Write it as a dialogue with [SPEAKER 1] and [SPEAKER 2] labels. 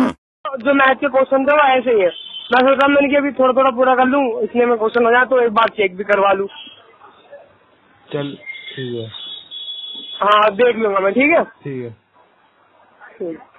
[SPEAKER 1] जो मैथ के क्वेश्चन थे वो ऐसे ही है मैं सोच रहा हूँ मैंने कि अभी थोड़ा थोड़ा पूरा कर लूँ इसलिए मैं क्वेश्चन हो जाए तो एक बार चेक भी करवा लूँ
[SPEAKER 2] चल ठीक है
[SPEAKER 1] हाँ देख लूंगा मैं ठीक है
[SPEAKER 2] ठीक है
[SPEAKER 1] ठीक